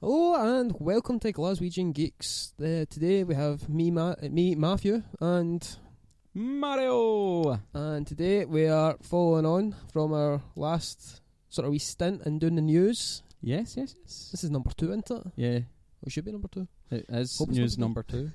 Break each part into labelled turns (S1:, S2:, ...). S1: Hello and welcome to Glaswegian Geeks. Uh, today we have me, Ma- uh, me, Matthew, and
S2: Mario.
S1: and today we are following on from our last sort of wee stint in doing the news.
S2: Yes, yes, yes.
S1: This is number two, isn't it?
S2: Yeah,
S1: It should be number two.
S2: it is
S1: Hope it's
S2: news
S1: not-
S2: number two.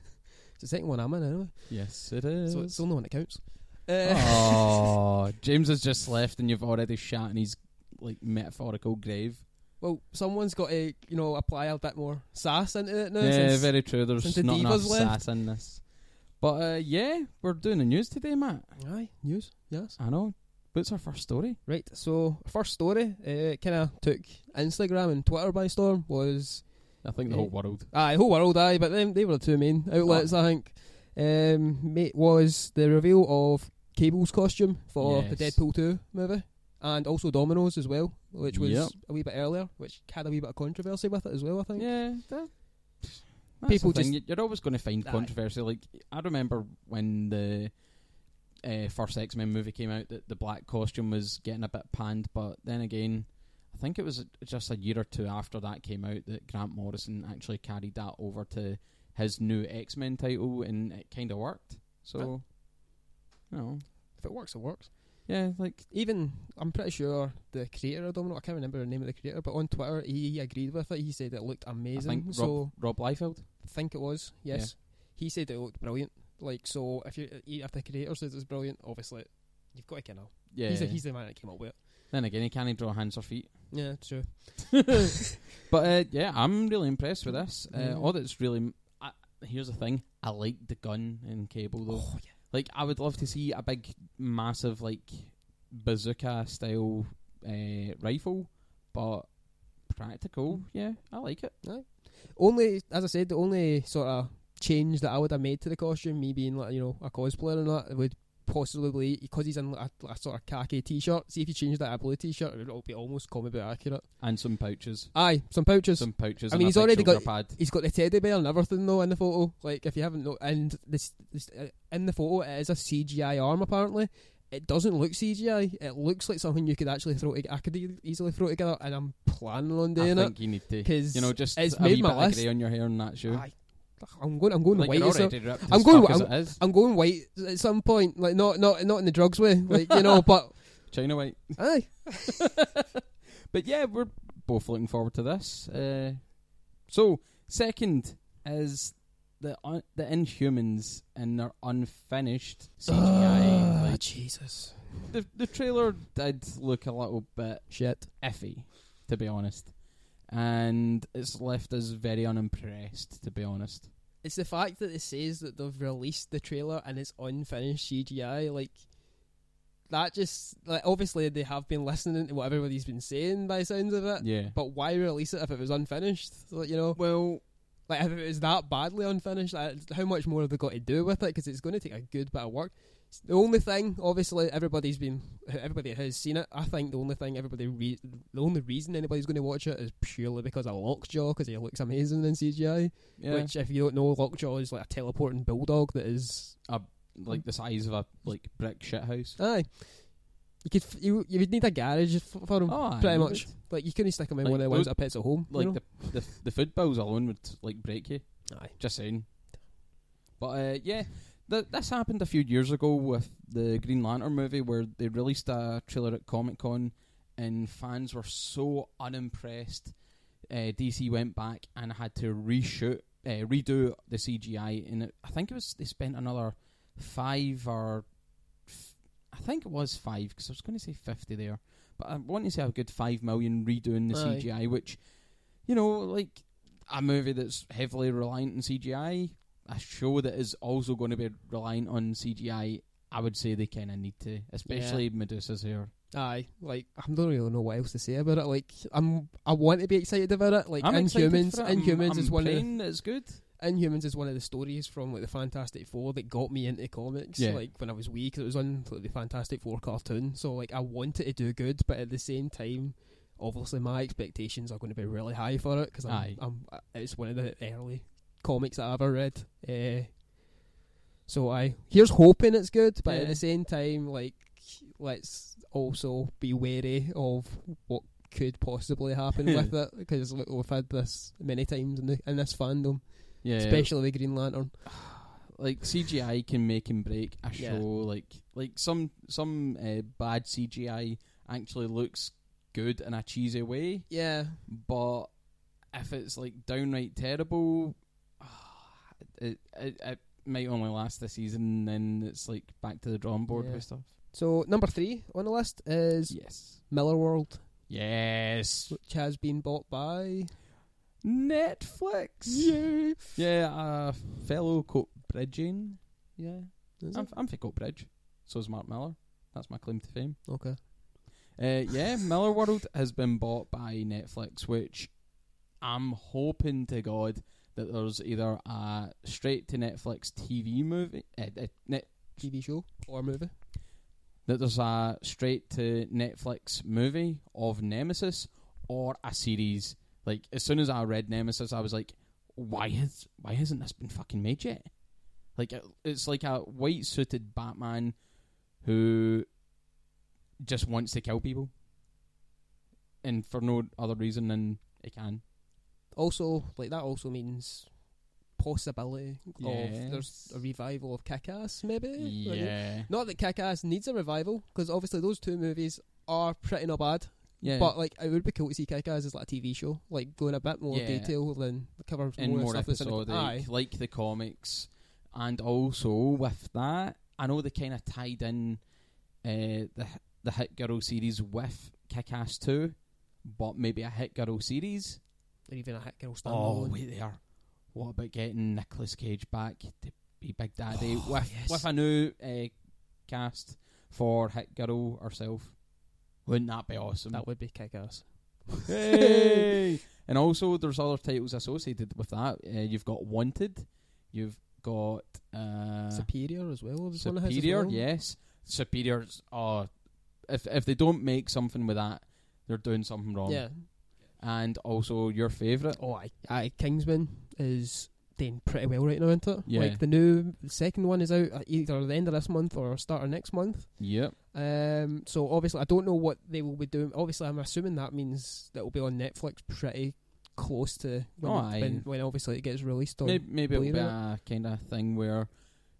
S1: It's the second one I'm in anyway,
S2: Yes, it is.
S1: so it's the only one that counts. Uh,
S2: oh, James has just left, and you've already shot in his like metaphorical grave.
S1: well, someone's got to you know apply a bit more sass into it now.
S2: yeah,
S1: since-
S2: very true. There's
S1: since the
S2: not enough
S1: divas left.
S2: sass in this. But uh, yeah, we're doing the news today, Matt.
S1: Aye, news. Yes.
S2: I know. What's our first story?
S1: Right, so first story, uh, kind of took Instagram and Twitter by storm was
S2: I think
S1: the whole
S2: world.
S1: Aye, whole world, aye, but them they were the two main outlets. I think. Um, mate was the reveal of Cable's costume for the
S2: Yes.
S1: Deadpool two movie, and also Domino's as well, which was
S2: Yep.
S1: a wee bit earlier, which had a wee bit of controversy with it as well. I think.
S2: Yeah, that- that's
S1: People
S2: people the thing.
S1: just-
S2: you're always going to find
S1: Aye.
S2: controversy. Like I remember when the uh, first X Men movie came out, that the black costume was getting a bit panned. But then again, I think it was just a year or two after that came out that Grant Morrison actually carried that over to his new X Men title, and it kind of worked. So, you know,
S1: If it works, it works.
S2: yeah, like
S1: Even I'm pretty sure the creator of Domino, I can't remember the name of the creator, but on Twitter he, agreed with it. He said it looked amazing.
S2: I think Rob,
S1: so
S2: Rob Liefeld.
S1: think it was. Yes, he said it looked brilliant. Like so, if you if the creator says it's brilliant, obviously you've got to kind of.
S2: Yeah,
S1: He's, the, he's the man that came up with it.
S2: then again, he can't draw hands or feet.
S1: Yeah, true.
S2: But uh, yeah, I'm really impressed with this. Uh,
S1: Yeah.
S2: All that's really I, here's the thing: I like the gun and cable though.
S1: Oh, yeah.
S2: Like, I would love to see a big, massive, like bazooka style uh, rifle, but practical. Yeah, I like it.
S1: Only, as I said, the only sort of change that I would have made to the costume, me being like, you know, a cosplayer and that, would possibly, because he's in like, a, a sort of khaki t shirt, see if you change that a blue t shirt, it would be almost comic book accurate.
S2: And some pouches,
S1: Aye, some pouches.
S2: some pouches.
S1: I
S2: and
S1: mean,
S2: a
S1: he's
S2: big
S1: already
S2: shoulder
S1: got-
S2: pad.
S1: He's got the teddy bear and everything though in the photo. Like if you haven't no and this, this uh, in the photo it is a CGI arm apparently. It doesn't look CGI. It looks like something you could actually throw. To, I could e- easily throw together, and I'm planning on
S2: I
S1: doing it.
S2: think you need to,
S1: 'Cause
S2: you know, just
S1: it's
S2: a
S1: made
S2: wee
S1: my
S2: bit
S1: list.
S2: of grey on your hair and that shoe.
S1: Aye. I'm going. I'm going
S2: Like,
S1: white.
S2: you're
S1: as a-
S2: already ripped
S1: I'm
S2: as
S1: going-
S2: fuck as it is.
S1: I'm going white at some point. Like not not not in the drugs way. Like you know, but
S2: China white.
S1: aye.
S2: But yeah, we're both looking forward to this. Uh, so second is the un- the Inhumans and their unfinished CGI.
S1: Ah,
S2: like,
S1: Jesus.
S2: the the trailer did look a little bit
S1: Shit.
S2: iffy, to be honest, and it's left us very unimpressed, to be honest.
S1: It's the fact that it says that they've released the trailer and it's unfinished CGI. Like that just like obviously they have been listening to what everybody's been saying by sounds of it.
S2: Yeah.
S1: Uh, But why release it if it was unfinished? Like, you know,
S2: Well,
S1: like if it was that badly unfinished, I- how much more have they got to do with it? Because it's going to take a good bit of work. The only thing, obviously, everybody's been, everybody has seen it. I think the only thing everybody, re- the only reason anybody's going to watch it is purely because of Lockjaw, because he looks amazing in CGI.
S2: yeah,
S1: Which, if you don't know, Lockjaw is like a teleporting bulldog that is,
S2: like the size of a like brick shithouse.
S1: aye, you could, f- you, you would need a garage f- for him.
S2: Oh,
S1: pretty
S2: I
S1: much.
S2: would.
S1: Like you couldn't stick him in
S2: Like
S1: one of the ones
S2: those-
S1: that pets at home.
S2: Like
S1: you know?
S2: the, the the food bills alone would like break you.
S1: aye,
S2: Just saying. But uh, yeah, th- this happened a few years ago with the Green Lantern movie where they released a trailer at Comic Con and fans were so unimpressed. Uh, DC went back and had to reshoot, uh, redo the CGI, and it, I think it was they spent another five or f- I think it was five because I was going to say fifty there, but I want to say a good five million redoing the
S1: Aye.
S2: CGI, which you know, like a movie that's heavily reliant on CGI, a show that is also going to be reliant on CGI, I would say they kind of need to, especially Medusa's hair.
S1: aye. Like I don't really know what else to say about it. Like I'm, I want to be excited about it. Like
S2: I'm excited
S1: Inhumans,
S2: for it. I'm-
S1: Inhumans
S2: I'm
S1: is one of
S2: praying that it's good.
S1: the, Inhumans is one of the stories from like the Fantastic Four that got me into comics.
S2: Yeah.
S1: Like when I was wee, 'cause it was on like, the Fantastic Four cartoon. So like I wanted to do good, but at the same time. Obviously, my expectations are going to be really high for it because I'm,
S2: Aye.
S1: I'm, uh, it's one of the early comics that I ever read. Uh, so I here's hoping it's good, but at
S2: Yeah.
S1: the same time, like let's also be wary of what could possibly happen with it because look, we've had this many times in the in this fandom,
S2: Yeah,
S1: especially with Green Lantern.
S2: like CGI can make and break a show.
S1: Yeah.
S2: Like like some some uh, bad CGI actually looks good in a cheesy way,
S1: Yeah,
S2: but if it's like downright terrible, ah, it it, it might only last the season. Then it's like back to the drawing board
S1: Yeah.
S2: with stuff.
S1: So number three on the list is
S2: Yes.
S1: Miller World,
S2: Yes.
S1: which has been bought by
S2: Netflix.
S1: yeah,
S2: Yeah, a fellow Coat Bridging. Yeah.
S1: Is
S2: I'm,
S1: it?
S2: I'm for Coat Bridge. So is Mark Miller. That's my claim to fame.
S1: okay.
S2: Uh, yeah, Miller World has been bought by Netflix, which I'm hoping to God that there's either a straight to Netflix TV movie, uh, uh, net,
S1: TV show or movie.
S2: that there's a straight to Netflix movie of Nemesis or a series. Like as soon as I read Nemesis, I was like, why has why hasn't this been fucking made yet? Like it, it's like a white suited Batman who just wants to kill people, and for no other reason than he can.
S1: Also, like that also means possibility
S2: Yes.
S1: of there's a revival of Kick-Ass, maybe. Eh, Like,
S2: Yeah,
S1: Not that Kick-Ass needs a revival because obviously those two movies are pretty not bad.
S2: yeah,
S1: But like, it would be cool to see Kick-Ass as like a TV show, like go in a bit more
S2: Yeah.
S1: detail than cover
S2: and more
S1: stuff that's in the
S2: episodic,
S1: Aye.
S2: like the comics, and also with that, I know they kind of tied in uh, the the Hit Girl series with Kick-Ass Two, but maybe a Hit Girl series.
S1: Or even a Hit Girl
S2: oh,
S1: standalone.
S2: wait there. What about getting Nicolas Cage back to be Big Daddy
S1: Oh,
S2: with
S1: yes.
S2: with a new uh, cast for Hit Girl herself? Wouldn't that be awesome?
S1: that would be Kick-Ass.
S2: Hey! and also, there's other titles associated with that. Uh, you've got Wanted. You've got uh,
S1: Superior as well. was one of his as
S2: Superior.
S1: well.
S2: Yes, Superior's. Oh, if if they don't make something with that, they're doing something wrong.
S1: Yeah.
S2: And also, your favorite.
S1: Oh, I, I Kingsman is doing pretty well right now, isn't it?
S2: Yeah.
S1: Like the new the second one is out at either the end of this month or start of next month.
S2: Yep.
S1: Um, so obviously I don't know what they will be doing. Obviously, I'm assuming that means that will be on Netflix pretty close to when,
S2: Oh,
S1: it- when,
S2: aye.
S1: when obviously it gets released on.
S2: Maybe, maybe it'll be
S1: Blu-ray.
S2: a kind of thing where,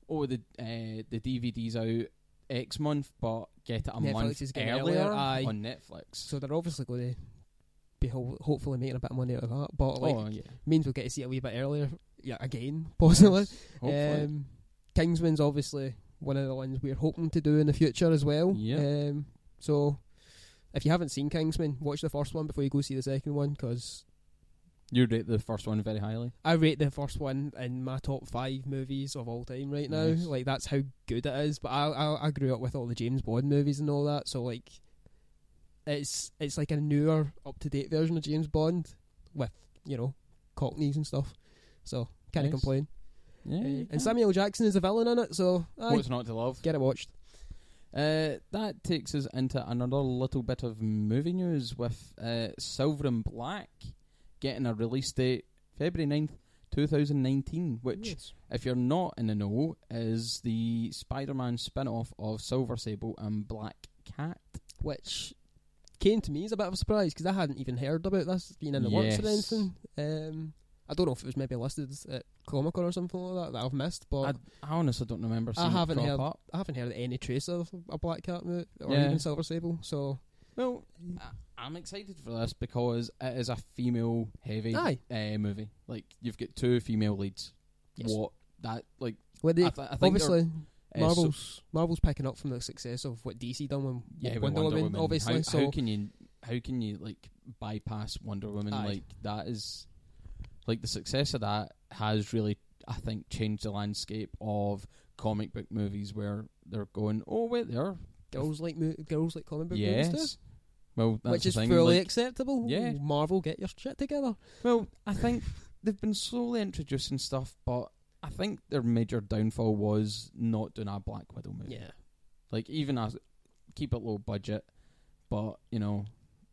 S2: oh, the uh, the DVD's out X month, but get it a
S1: Netflix
S2: month
S1: is getting it
S2: earlier Oh,
S1: earlier, aye.
S2: on Netflix.
S1: So they're obviously going to be ho- hopefully making a bit of money out of that, but like
S2: oh yeah.
S1: means we'll get to see it a wee bit earlier. Yeah, again possibly.
S2: Hopefully.
S1: Um, Kingsman's obviously one of the ones we're hoping to do in the future as well.
S2: Yeah.
S1: Um, so, if you haven't seen Kingsman, watch the first one before you go see the second one because
S2: You rate the first one very highly.
S1: I rate the first one in my top five movies of all time right now.
S2: Nice.
S1: Like that's how good it is. But I, I I grew up with all the James Bond movies and all that, so like it's it's like a newer, up to date version of James Bond with you know Cockneys and stuff. So can't
S2: Nice.
S1: complain.
S2: Yeah. you can.
S1: and Samuel Jackson is a villain in it, so I
S2: What's not to love?
S1: get it watched.
S2: Uh, that takes us into another little bit of movie news with uh, Silver and Black getting a release date February 9th, 2019, which,
S1: Yes.
S2: if you're not in the know, is the Spider Man spin off of Silver Sable and Black Cat.
S1: which came to me as a bit of a surprise because I hadn't even heard about this being in the works or
S2: Yes.
S1: anything. Um, I don't know if it was maybe listed at Comic Con or something like that that I've missed, but
S2: I,
S1: I,
S2: I honestly don't remember
S1: Oh. I
S2: seeing
S1: haven't
S2: it
S1: heard-
S2: crop up.
S1: haven't heard any trace of a Black Cat mo- or
S2: Yeah.
S1: even Silver Sable. So
S2: Well, I, I'm excited for this because it is a female heavy
S1: Aye.
S2: uh, movie. Like, you've got two female leads.
S1: Yes.
S2: What? That, like,
S1: Well, they-
S2: I, th- I think they're-
S1: obviously
S2: Uh, so-
S1: Marvel's Marvel's picking up from the success of what DC done with
S2: yeah, with
S1: Wonder, Woman, obviously.
S2: How,
S1: so
S2: how can you how can you like bypass Wonder Woman?
S1: Aye.
S2: Like that is like the success of that has really I think changed the landscape of comic book movies where they're going, Oh wait there
S1: girls like mo- girls like comic book movies
S2: Yes. Well
S1: too,
S2: that's
S1: which
S2: the
S1: is
S2: thing.
S1: fully
S2: like-
S1: acceptable.
S2: Yeah.
S1: Marvel, get your shit together.
S2: well, I think they've been slowly introducing stuff, but I think their major downfall was not doing a Black Widow movie.
S1: Yeah,
S2: Like even as keep it low budget, but you know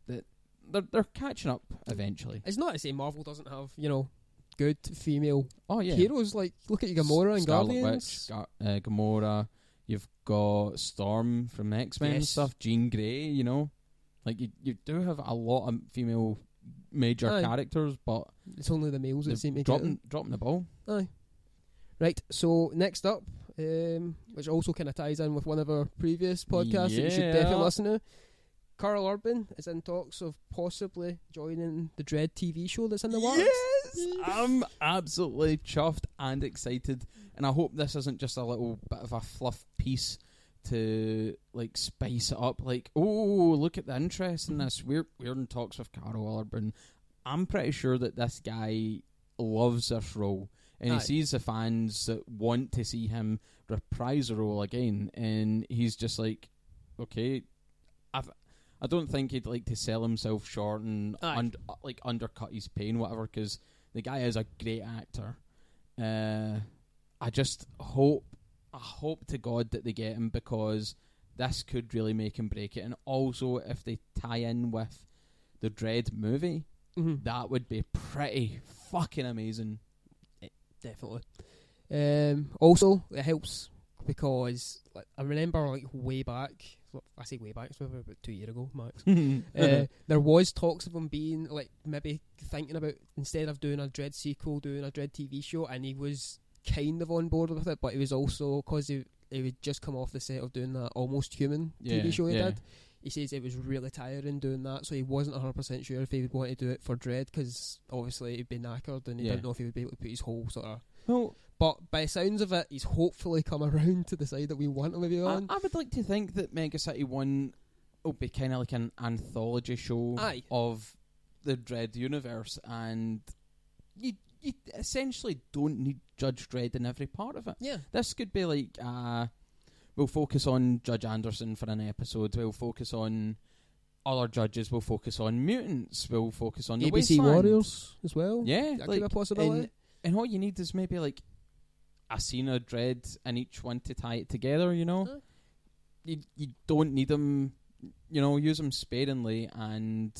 S2: that they're they're catching up eventually.
S1: it's not to say Marvel doesn't have you know good female
S2: Oh yeah,
S1: heroes. Like look at Gamora and
S2: Scarlet Witch,
S1: Guardians.
S2: Gar- uh, Gamora. You've got Storm from X Men and
S1: Yes.
S2: stuff. Jean Grey, you know, Like you, you do have a lot of female major
S1: Aye.
S2: characters, but
S1: It's only the males
S2: they're
S1: that seem to get
S2: dropping
S1: them.
S2: dropping the ball.
S1: Aye. Right. So next up, um, which also kind of ties in with one of our previous podcasts that you should
S2: Yeah.
S1: definitely listen to. Carl Urban is in talks of possibly joining the Dread TV show that's in the works.
S2: Yes,
S1: Mm.
S2: I'm absolutely chuffed and excited, and I hope this isn't just a little bit of a fluff piece to like spice it up. Like, oh, look at the interest in this. We're we're in talks with Carol Urban. I'm pretty sure that this guy loves this role, and
S1: Aye.
S2: he sees the fans that want to see him reprise the role again, and he's just like, okay, I've. I don't think he'd like to sell himself short and
S1: Aye.
S2: und- like undercut his pain, whatever, because the guy is a great actor. Uh, I just hope, I hope to God that they get him because this could really make him break it. And also, if they tie in with the Dread movie,
S1: Mhm.
S2: that would be pretty fucking amazing.
S1: definitely. Um, also, it helps because like, I remember like way back. well, I say way back, it's probably about two year ago, max.
S2: Uh-huh.
S1: Uh, there was talks of him being like maybe thinking about instead of doing a dread sequel, doing a dread TV show, and he was kind of on board with it, but he was also because he he would just come off the set of doing that almost human
S2: Yeah,
S1: TV show he
S2: yeah.
S1: did. He says it was really tiring doing that, so he wasn't 100% sure if he would want to do it for Dread because obviously he'd be knackered and he
S2: Yeah.
S1: didn't know if he would be able to put his whole sort of
S2: well,
S1: but by the sounds of it, he's hopefully come around to the side that we want him to be
S2: I,
S1: on.
S2: I would like to think that Mega City One will be kind of like an anthology show
S1: Aye.
S2: of the Dread universe, and you you essentially don't need Judge Dread in every part of it.
S1: yeah.
S2: This could be like uh, we'll focus on Judge Anderson for an episode. We'll focus on other judges. We'll focus on mutants. We'll focus on the
S1: ABC
S2: wasteland.
S1: Warriors as well.
S2: Yeah,
S1: That
S2: like,
S1: could be a possibility.
S2: and, and all you need is maybe like a scene of dread in each one to tie it together. You know,
S1: Huh.
S2: you you don't need them. You know, use them sparingly, and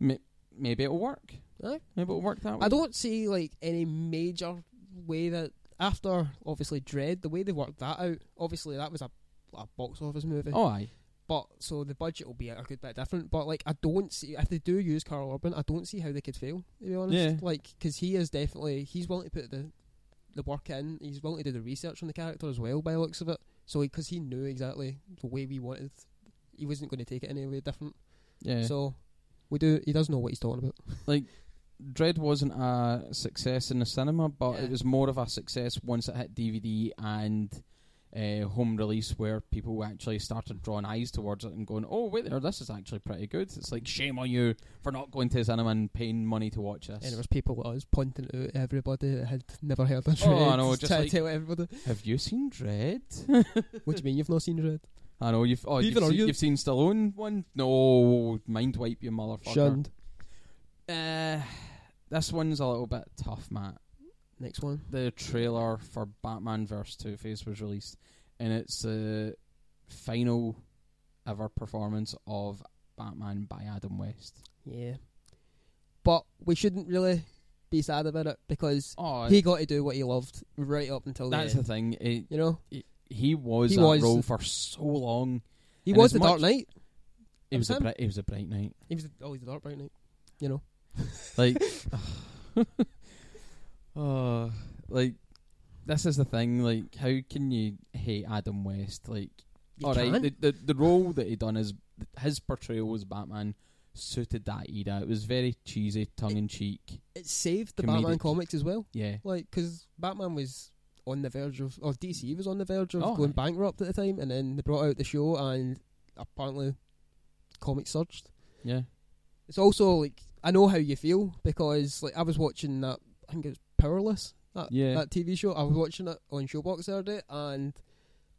S2: ma- maybe it'll work.
S1: Aye.
S2: Maybe it'll work that way.
S1: I don't see like any major way that after obviously Dread, the way they worked that out. Obviously, that was a, a box office movie.
S2: Oh, aye.
S1: But so the budget will be a good bit different. But like, I don't see if they do use Carl Urban, I don't see how they could fail. To be honest,
S2: Yeah.
S1: like because he is definitely he's willing to put the the work in. He's willing to do the research on the character as well, by the looks of it. So because he knew exactly the way we wanted, he wasn't going to take it any way different.
S2: Yeah.
S1: So we do. He does know what he's talking about.
S2: Dread wasn't a success in the cinema, but
S1: Yeah.
S2: it was more of a success once it hit DVD and uh, home release, where people actually started drawing eyes towards it and going, "Oh, wait there, this is actually pretty good." It's like shame on you for not going to the cinema and paying money to watch
S1: And there
S2: this.
S1: was people like us pointing out at everybody that had never heard of Dread.
S2: Oh, I know, just
S1: trying
S2: like-
S1: to tell everybody.
S2: Have you seen Dread?
S1: What do you mean you've not seen Dread?
S2: I know you've. Oh, you've,
S1: Even are
S2: seen,
S1: you-
S2: you've seen Stallone one? No, mind wipe you, motherfucker.
S1: Shunned.
S2: Uh, this one's a little bit tough, Matt.
S1: Next one.
S2: the trailer for Batman vs Two Face was released, and it's the final ever performance of Batman by Adam West.
S1: Yeah. But we shouldn't really be sad about it because
S2: Oh,
S1: he got to do what he loved right up until the
S2: that's
S1: end.
S2: the thing. It,
S1: you know,
S2: he was
S1: He
S2: that
S1: was-
S2: role for so long.
S1: he
S2: And
S1: was
S2: as
S1: the
S2: much-
S1: Dark Knight.
S2: It
S1: That
S2: was
S1: was
S2: a
S1: him.
S2: bright, it was a bright night.
S1: He was the, oh, he's the Dark Bright Knight. You know,
S2: Like, oh, like this is the thing. Like, how can you hate Adam West? Like,
S1: You
S2: All right,
S1: can't.
S2: the, the the role that he done is his portrayal as Batman suited that era. It was very cheesy, tongue in cheek.
S1: it saved the
S2: comedic.
S1: Batman comics as well.
S2: Yeah,
S1: Like because Batman was on the verge of, or DC was on the verge of
S2: Oh,
S1: going
S2: aye.
S1: bankrupt at the time, and then they brought out the show, and apparently, comics surged.
S2: yeah,
S1: It's also like I know how you feel because like I was watching that I think it was Powerless that
S2: Yeah.
S1: that TV show. I was watching it on Showbox the other day and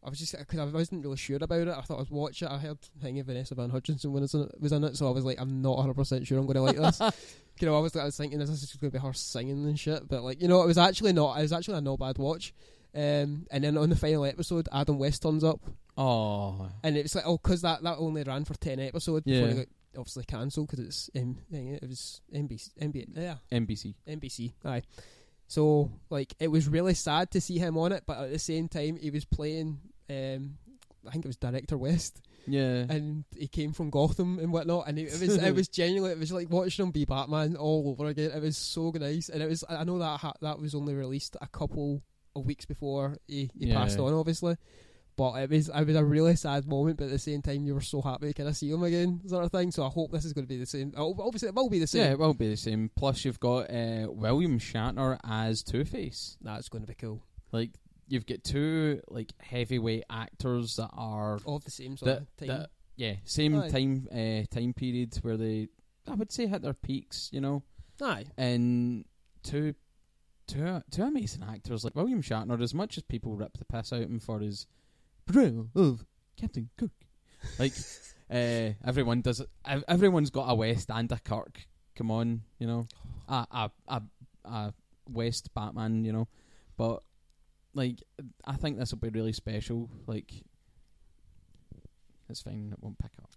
S1: I was just because I wasn't really sure about it. I thought I'd watch it. I heard thing of Vanessa Van Hutchinson when it was in it, so I was like, I'm not 100 percent sure I'm going to like this. you know, I was I was thinking this is just going to be her singing and shit, but like you know, it was actually not. It was actually a not bad watch. Um, and then on the final episode, Adam West turns up
S2: oh,
S1: and it's like, oh, 'cause that, that only ran for 10 episodes before
S2: Yeah.
S1: it got obviously cancelled 'cause it's, um, thing, it was NBC, NBC, yeah,
S2: NBC.
S1: NBC, aye. So, like, it was really sad to see him on it, but at the same time, he was playing um, I think it was director West,
S2: Yeah.
S1: and he came from Gotham and whatnot, and it, it was it was genuinely it was like watching him be Batman all over again. It was so nice, and it was I I know that ha- that was only released a couple of weeks before he, he
S2: Yeah.
S1: passed on, obviously. But it was it was a really sad moment, but at the same time you were so happy to kind of see him again, sort of thing. So I hope this is going to be the same. Oh, Obviously, it will be the same.
S2: yeah, it will be the same. Plus, you've got uh, William Shatner as Two Face.
S1: That's going to be cool.
S2: Like, you've got two like heavyweight actors that are
S1: All the same sort
S2: that,
S1: of time.
S2: that- yeah, same
S1: Aye.
S2: time uh, time period where they, I would say, hit their peaks. You know,
S1: Aye.
S2: and two two two amazing actors like William Shatner. As much as people rip the piss out him for his portrayal of Captain Cook, like uh, everyone does it. ev- Everyone's got a West and a Kirk. Come on, you know, a a a, a West Batman. You know, but like I think this will be really special. Like it's fine, it won't pick up.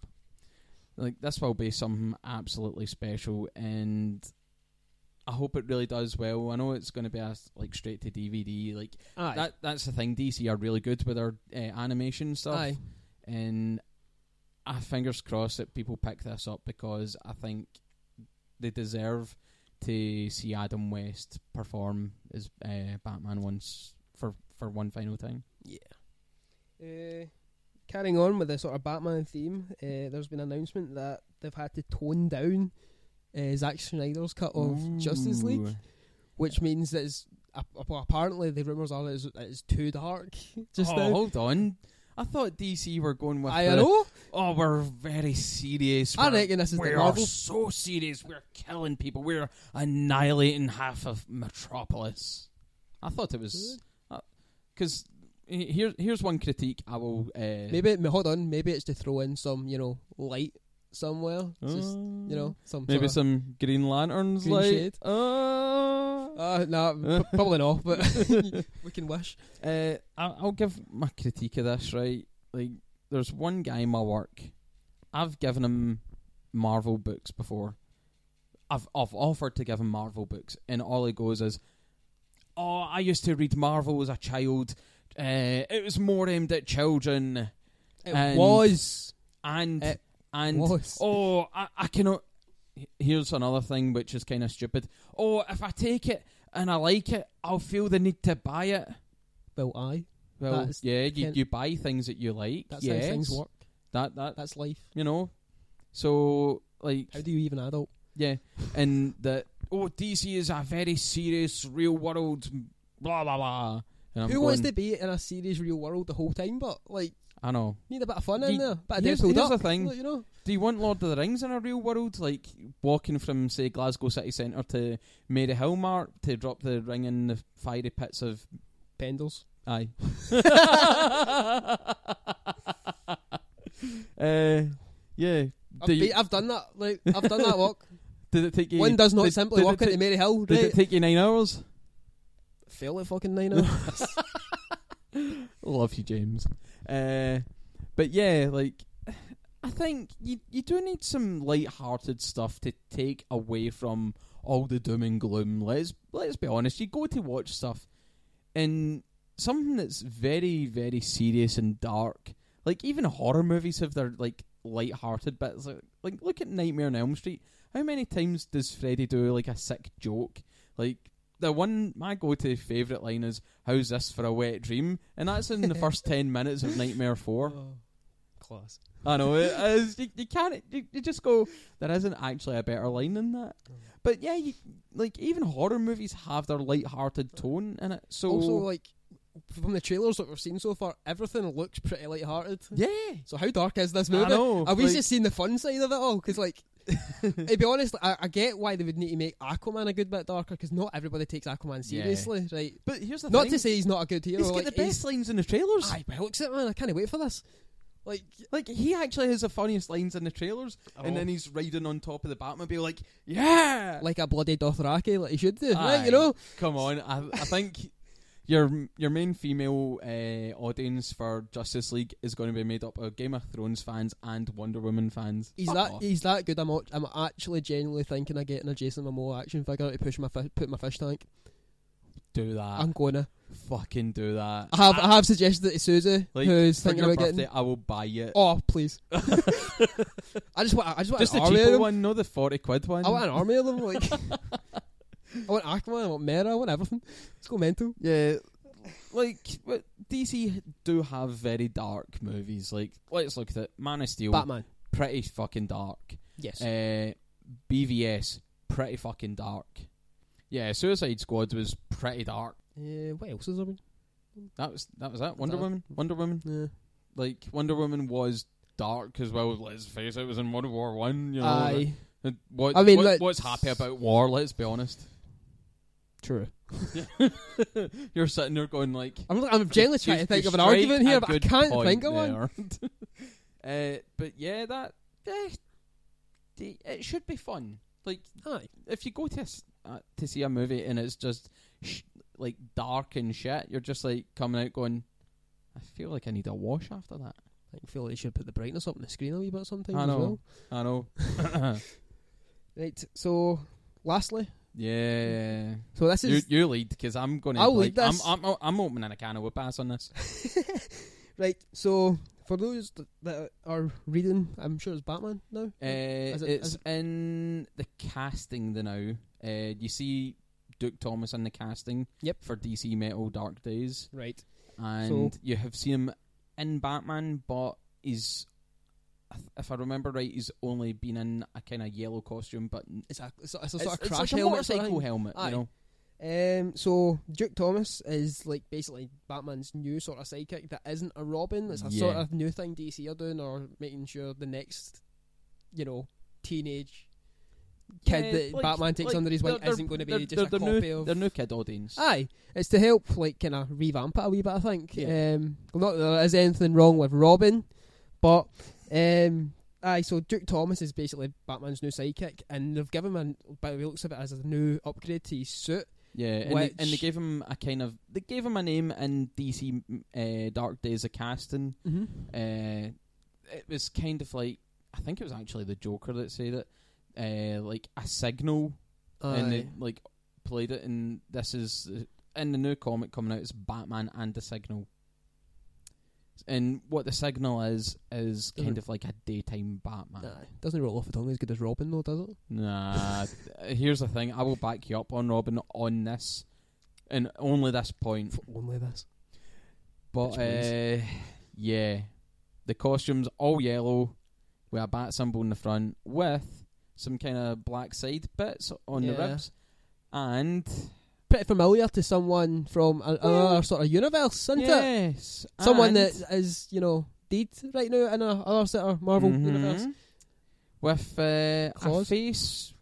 S2: Like this will be something absolutely special, and I hope it really does well. I know it's going to be a, s- like straight to DVD. Like
S1: Aye.
S2: that, that's the thing. DC are really good with their uh, animation stuff,
S1: Aye.
S2: and I fingers crossed that people pick this up because I think they deserve to see Adam West perform as uh, Batman once for for one final time.
S1: Yeah. Uh, carrying on with the sort of Batman theme, uh, there's been an announcement that they've had to tone down uh, Zack Snyder's cut of Justice League, which means that it's, ap- ap- apparently the rumours are that it's, that it's too dark just
S2: oh,
S1: now.
S2: hold on. I thought DC were going with.
S1: I
S2: the,
S1: know.
S2: Oh, we're very serious.
S1: I
S2: We're-
S1: reckon this is
S2: we
S1: the
S2: are
S1: Marvel.
S2: so serious. We're killing people. We're annihilating half of Metropolis. I thought it was because here, here's one critique I will. Uh,
S1: Maybe it- hold on. Maybe it's to throw in some you know light somewhere. Just, you know some
S2: Oh. uh, maybe
S1: sort
S2: some Green Lanterns
S1: Green
S2: like.
S1: shade.
S2: Uh,
S1: of- Uh, no, p- probably not. But we can wish.
S2: Uh, I'll, I'll give my critique of this, right? Like, there's one guy in my work. I've given him Marvel books before. I've I've offered to give him Marvel books, and all he goes is, "Oh, I used to read Marvel as a child. Uh, it was more aimed at children,
S1: It
S2: And-
S1: was.
S2: and
S1: It
S2: and
S1: was.
S2: oh, I, I cannot." H- Here's another thing which is kind of stupid. Oh, if I take it and I like it, I'll feel the need to buy it.
S1: Well, I.
S2: Well,
S1: That's-
S2: yeah, you,
S1: can-
S2: you buy things that you like.
S1: That's
S2: yes.
S1: how things work.
S2: That that
S1: That's life.
S2: you know. So like
S1: How do you even adult?
S2: yeah, and that oh DC is a very serious real world blah blah blah. And I'm
S1: Who wants to
S2: going,
S1: be in a serious real world the whole time? But like,
S2: I know.
S1: need a bit of fun
S2: Ye-
S1: in there. But
S2: here's-
S1: Deadpool
S2: here's
S1: Duck,
S2: the thing.
S1: you know.
S2: Do you want Lord of the Rings in a real world? Like walking from say Glasgow city centre to Maryhill Mart to drop the ring in the fiery pits of
S1: Pendles.
S2: Aye. uh, yeah.
S1: I've,
S2: Do you-
S1: be- I've done that. Like, I've done that walk.
S2: Did it take you?
S1: One does not
S2: did-
S1: simply
S2: did
S1: walk
S2: it
S1: into Mary Hill.
S2: ta- Did
S1: Right?
S2: it take you nine hours?
S1: Fail at fucking nine hours.
S2: Love you, James. Uh, but yeah, like I think you you do need some light-hearted stuff to take away from all the doom and gloom. Let's let's be honest. You go to watch stuff, and something that's very very serious and dark. Like even horror movies have their like light-hearted bits. Like, like look at Nightmare on Elm Street. How many times does Freddy do like a sick joke? Like the one my go-to favorite line is "How's this for a wet dream?" and that's in the first ten minutes of Nightmare Four.
S1: Oh, class.
S2: I know it is. You, you can't. You, you just go. There isn't actually a better line than that. But yeah, you, like even horror movies have their light-hearted tone in it. So
S1: also, uh, like from the trailers that we've seen so far, everything looks pretty light-hearted.
S2: yeah,
S1: So how dark is this
S2: I
S1: movie?
S2: know.
S1: Have we
S2: like-
S1: just seen the fun side of it all? Because like, to be honest, I, I get why they would need to make Aquaman a good bit darker. Because not everybody takes Aquaman
S2: Yeah.
S1: seriously, right?
S2: but here's the
S1: Not
S2: thing.
S1: to say he's not a good hero.
S2: he's got
S1: like,
S2: the best lines in the trailers.
S1: He's, aye, well, it's it, man. I can't wait for this. Like,
S2: Like he actually has the funniest lines in the trailers, and
S1: Oh.
S2: then he's riding on top of the Batmobile, like yeah,
S1: like a bloody Dothraki, like he should do, right?
S2: Aye.
S1: You know,
S2: Come on, I, I think your your main female uh, audience for Justice League is going to be made up of Game of Thrones fans and Wonder Woman fans.
S1: he's
S2: Fuck
S1: that
S2: off.
S1: he's that good. I'm act- I'm actually genuinely thinking of getting a Jason Momoa action figure to push my fi- put in my fish tank.
S2: do that.
S1: I'm gonna
S2: fucking do that.
S1: I have I have suggested it to Susie,
S2: Like,
S1: who's
S2: for
S1: thinking
S2: your
S1: about
S2: birthday,
S1: getting.
S2: I will buy you.
S1: Oh please! I just want I just want
S2: Just
S1: an
S2: the
S1: army of
S2: cheaper
S1: them.
S2: one, no, the forty quid one.
S1: Oh, I want an army of them. Like I want Aquaman, I want Mera, I want everything. Let's go mental.
S2: Yeah, like but DC do have very dark movies. Like let's look at it. Man of Steel,
S1: Batman,
S2: pretty fucking dark.
S1: yes.
S2: Uh, BVS, pretty fucking dark. Yeah, Suicide Squad was pretty dark.
S1: Uh, what else is there? been?
S2: That was that was that. Wonder
S1: that-
S2: Woman. Wonder Woman.
S1: Yeah.
S2: Like Wonder Woman was dark as well. Let's face it, it was in World War One. You know,
S1: Aye,
S2: And What,
S1: I mean,
S2: what-
S1: like-
S2: what's happy about war? Let's be honest.
S1: true.
S2: You're sitting there going like,
S1: I'm I'm genuinely trying
S2: You-
S1: to think
S2: you
S1: of an
S2: strike
S1: argument
S2: a
S1: here, but I
S2: good
S1: can't
S2: point
S1: think of one.
S2: there. uh, but yeah, that eh, the- it should be fun. Like
S1: Aye.
S2: if you go to s uh, to see a movie and it's just sh- like dark and shit, you're just like coming out going, I feel like I need a wash after that.
S1: I feel like they should put the brightness up on the screen a wee bit sometimes
S2: I
S1: as well.
S2: know, I know.
S1: Right. So, lastly,
S2: yeah,
S1: so this
S2: you,
S1: is
S2: you lead because I'm going.
S1: I'll
S2: like,
S1: lead
S2: I'm,
S1: this.
S2: I'm I'm opening a can of whoop ass on this.
S1: right. So, for those th- that are reading, I'm sure it's Batman now.
S2: Uh,
S1: Is it-
S2: it's
S1: is
S2: in the casting the now. Uh, you see Duke Thomas in the casting.
S1: Yep.
S2: For DC Metal Dark Days,
S1: Right.
S2: and you have seen him in Batman, but he's, I th- if I remember right, he's only been in a kind of yellow costume, but n-
S1: It's a it's a, it's a
S2: it's,
S1: sort of
S2: it's
S1: crash
S2: like a
S1: helmet. sort of
S2: motorcycle
S1: thing.
S2: helmet.
S1: Aye.
S2: You know,
S1: Um, so Duke Thomas is like basically Batman's new sort of sidekick that isn't a Robin. It's a
S2: Yeah.
S1: sort of new thing DC are doing, or making sure the next, you know, teenage kid
S2: Yeah,
S1: that
S2: like-
S1: Batman takes
S2: like,
S1: under his wing
S2: they're- they're-
S1: isn't going to be
S2: they're-
S1: just
S2: they're
S1: a
S2: the
S1: copy
S2: new,
S1: of. Ah,
S2: their new kid audience.
S1: Aye, it's to help like kind of revamp it a wee bit. I think.
S2: Yeah.
S1: Um, not that there is anything wrong with Robin, but um, aye. So Duke Thomas is basically Batman's new sidekick, and they've given him, by the looks of it, as a new upgrade to his suit.
S2: Yeah, and, they, and they
S1: Which-
S2: gave him a kind of they gave him a name in DC uh, Dark Days of casting.
S1: Mm-hmm.
S2: uh, it was kind of like I think it was actually the Joker that said it, uh, like a signal, and they like played it. And this is uh, in the new comic coming out. It's Batman and the Signal, and what the signal is is kind
S1: Mhm.
S2: of like a daytime Batman.
S1: Aye. Uh, Doesn't roll off the tongue as good as Robin though, does it?
S2: Nah, here's the thing. I will back you up on Robin on this, and only this point.
S1: F- Only this.
S2: But
S1: Bitch, please.
S2: uh, yeah, the costumes all yellow with a bat symbol in the front with some kind of black side bits on the
S1: Yeah.
S2: ribs, and
S1: Pretty familiar to someone from a,
S2: Well-
S1: another sort of universe, isn't it?
S2: yes,
S1: Someone
S2: and-
S1: that is, you know, dead right now in a other sort of Marvel
S2: Mhm.
S1: universe.
S2: with uh, a
S1: Claws.
S2: face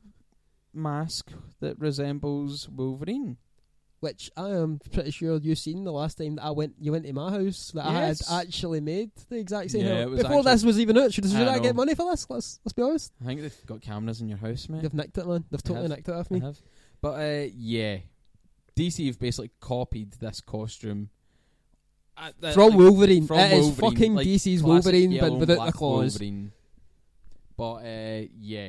S2: mask that resembles Wolverine.
S1: Which I am pretty sure you seen the last time that I went you went to my house that
S2: Yes.
S1: I had actually made the exact same
S2: Yeah,
S1: helmet.
S2: it was
S1: before this was even out. Should, should
S2: I
S1: I,
S2: know.
S1: get money for this? Let's let's be honest.
S2: I think they've got cameras in your house, mate.
S1: They've nicked it, man. They've totally
S2: have.
S1: nicked it off
S2: I
S1: me.
S2: have. But uh, yeah, DC have basically copied this costume At the-
S1: From
S2: like,
S1: Wolverine.
S2: from
S1: It is
S2: Wolverine,
S1: fucking
S2: like,
S1: DC's
S2: classic
S1: Wolverine,
S2: yellow
S1: but
S2: and
S1: without the
S2: black
S1: claws.
S2: Wolverine. But uh, yeah,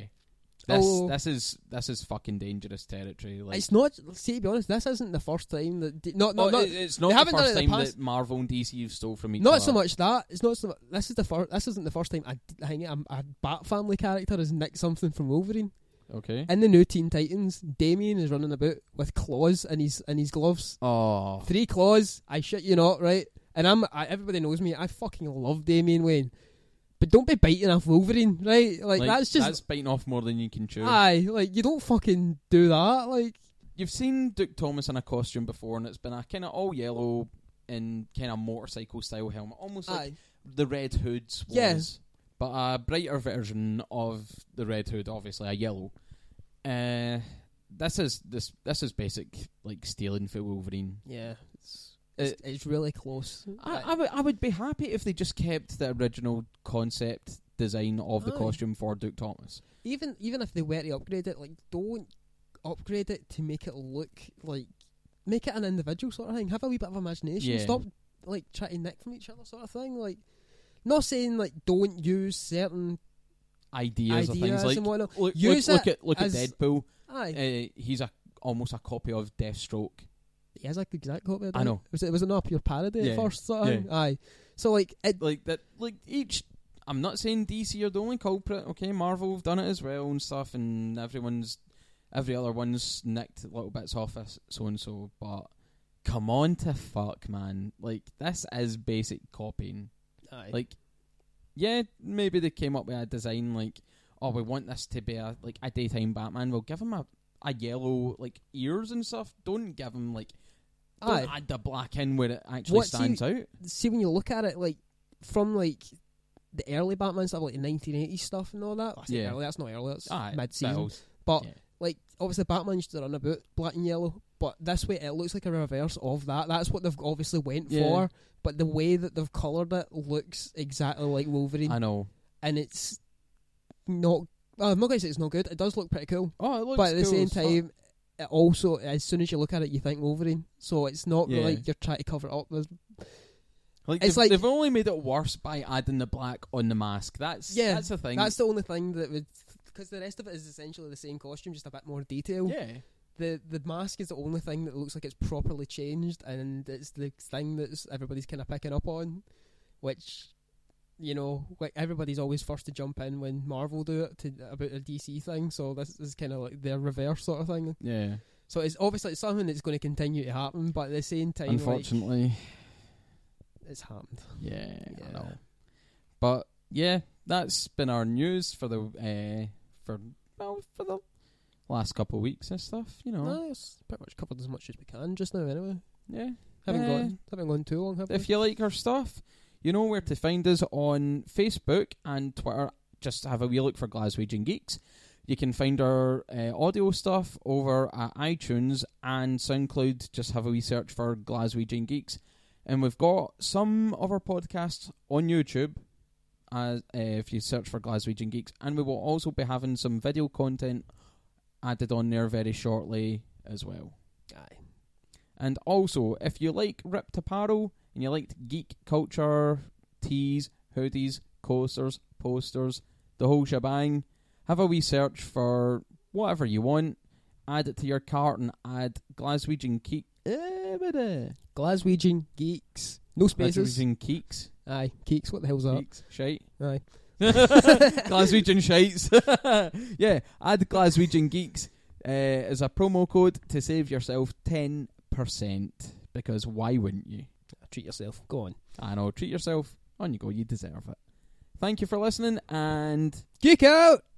S2: this
S1: Oh.
S2: this is this is fucking dangerous territory. Like,
S1: It's not. See, to be honest, this isn't the first time that D- not not,
S2: Oh,
S1: not
S2: it- it's not
S1: they
S2: the
S1: haven't done
S2: first
S1: it in
S2: time
S1: the past.
S2: that Marvel and DC have stole from each
S1: Not
S2: other.
S1: so much that. It's not so. Much, this is the first. This isn't the first time a, hang it, a, a Bat Family character has nicked something from Wolverine.
S2: Okay.
S1: In the new Teen Titans, Damien is running about with claws in his in his gloves.
S2: Oh,
S1: Three claws. I shit you not, right? And I'm. I, everybody knows me. I fucking love Damien Wayne, but don't be biting off Wolverine, right? Like, that's just
S2: that's Ah. biting off more than you can chew.
S1: aye. Like you don't fucking do that. Like
S2: You've seen Duke Thomas in a costume before, and it's been a kind of all yellow and kind of motorcycle style helmet, almost like
S1: aye.
S2: the Red Hood's was.
S1: Yeah.
S2: But a brighter version of the Red Hood, obviously a yellow. Uh, this is this this is basic like stealing for Wolverine.
S1: Yeah. It's, it's, it's really close.
S2: I,
S1: Like-
S2: I would I would be happy if they just kept the original concept design of the
S1: Aye.
S2: costume for Duke Thomas.
S1: even even if they were to upgrade it, like don't upgrade it to make it look like make it an individual sort of thing. Have a wee bit of imagination.
S2: Yeah.
S1: Stop like trying to nick from each other sort of thing. Like not saying like don't use certain
S2: Ideas, of
S1: ideas
S2: things like eh,
S1: and whatnot.
S2: look, look,
S1: Use
S2: look at look at
S1: as-
S2: Deadpool.
S1: Aye.
S2: Uh, he's a almost a copy of Deathstroke.
S1: He is a exact copy. of
S2: I
S1: that.
S2: know.
S1: Was it was it not a pure parody
S2: Yeah.
S1: at first? Sort of thing? Aye. So like it.
S2: Like that. Like each. I'm not saying DC are the only culprit. Okay, Marvel have done it as well and stuff, and everyone's every other one's nicked little bits off us so and so. But come on to fuck, man! Like this is basic copying.
S1: Aye.
S2: Like, yeah, maybe they came up with a design like, oh, we want this to be a like a daytime Batman. Well, give him a a yellow like ears and stuff. Don't give him like. Don't
S1: Aye.
S2: add the black in where it actually
S1: What's he-
S2: stands out.
S1: see when you look at it like from like the early Batman stuff, like the 1980s stuff and all that. I say
S2: Yeah.
S1: early, that's not early. That's
S2: Aye,
S1: mid season.
S2: Bells.
S1: But
S2: yeah.
S1: like obviously Batman used to run about black and yellow, but this way it looks like a reverse of that. That's what they've obviously went
S2: Yeah.
S1: for. But the way that they've coloured it looks exactly like Wolverine,
S2: I know.
S1: and it's not. well, I'm not going to say it's not good. It does look pretty cool,
S2: Oh, it looks
S1: but at the
S2: cool
S1: same
S2: as fuck.
S1: time, it also as soon as you look at it, you think Wolverine. So it's not
S2: Yeah.
S1: like you're trying to cover it up. There's
S2: like,
S1: it's
S2: they've,
S1: like-
S2: they've only made it worse by adding the black on the mask. That's
S1: Yeah,
S2: that's the thing.
S1: That's the only thing that would, because the rest of it is essentially the same costume, just a bit more detail.
S2: yeah.
S1: The the mask is the only thing that looks like it's properly changed, and it's the thing that's everybody's kind of picking up on, which. You know, like everybody's always first to jump in when Marvel do it to, about a DC thing, so this is kind of like their reverse sort of thing.
S2: Yeah.
S1: So it's obviously it's something that's going to continue to happen, but at the same time, like,
S2: Unfortunately.
S1: it's happened.
S2: Yeah,
S1: Yeah.
S2: I know. But yeah, that's been our news for the uh, for well for the last couple of weeks and stuff. You know,
S1: No, it's pretty much covered as much as we can just now, anyway.
S2: yeah.
S1: Haven't
S2: Eh.
S1: gone, haven't gone too long, have we?
S2: If you like our stuff, you know where to find us on Facebook and Twitter. Just have a wee look for Glaswegian Geeks. You can find our uh, audio stuff over at iTunes and SoundCloud. Just have a wee search for Glaswegian Geeks. And we've got some of our podcasts on YouTube as, uh, if you search for Glaswegian Geeks. And we will also be having some video content added on there very shortly as well.
S1: Aye.
S2: And also, if you like ripped apparel and you like geek culture, tees, hoodies, coasters, posters, the whole shebang, have a wee search for whatever you want, add it to your cart and add Glaswegian Geek. Glaswegian
S1: Glaswegian geeks. No spaces.
S2: Keeks.
S1: Aye, geeks. What the hell's that?
S2: Keeks. Shite.
S1: Aye.
S2: Glaswegian shites. yeah, add Glaswegian geeks uh, as a promo code to save yourself 10%. Because why wouldn't you?
S1: Treat yourself. Go on.
S2: I know. Treat yourself. On you go. You deserve it. Thank you for listening and
S1: Geek out.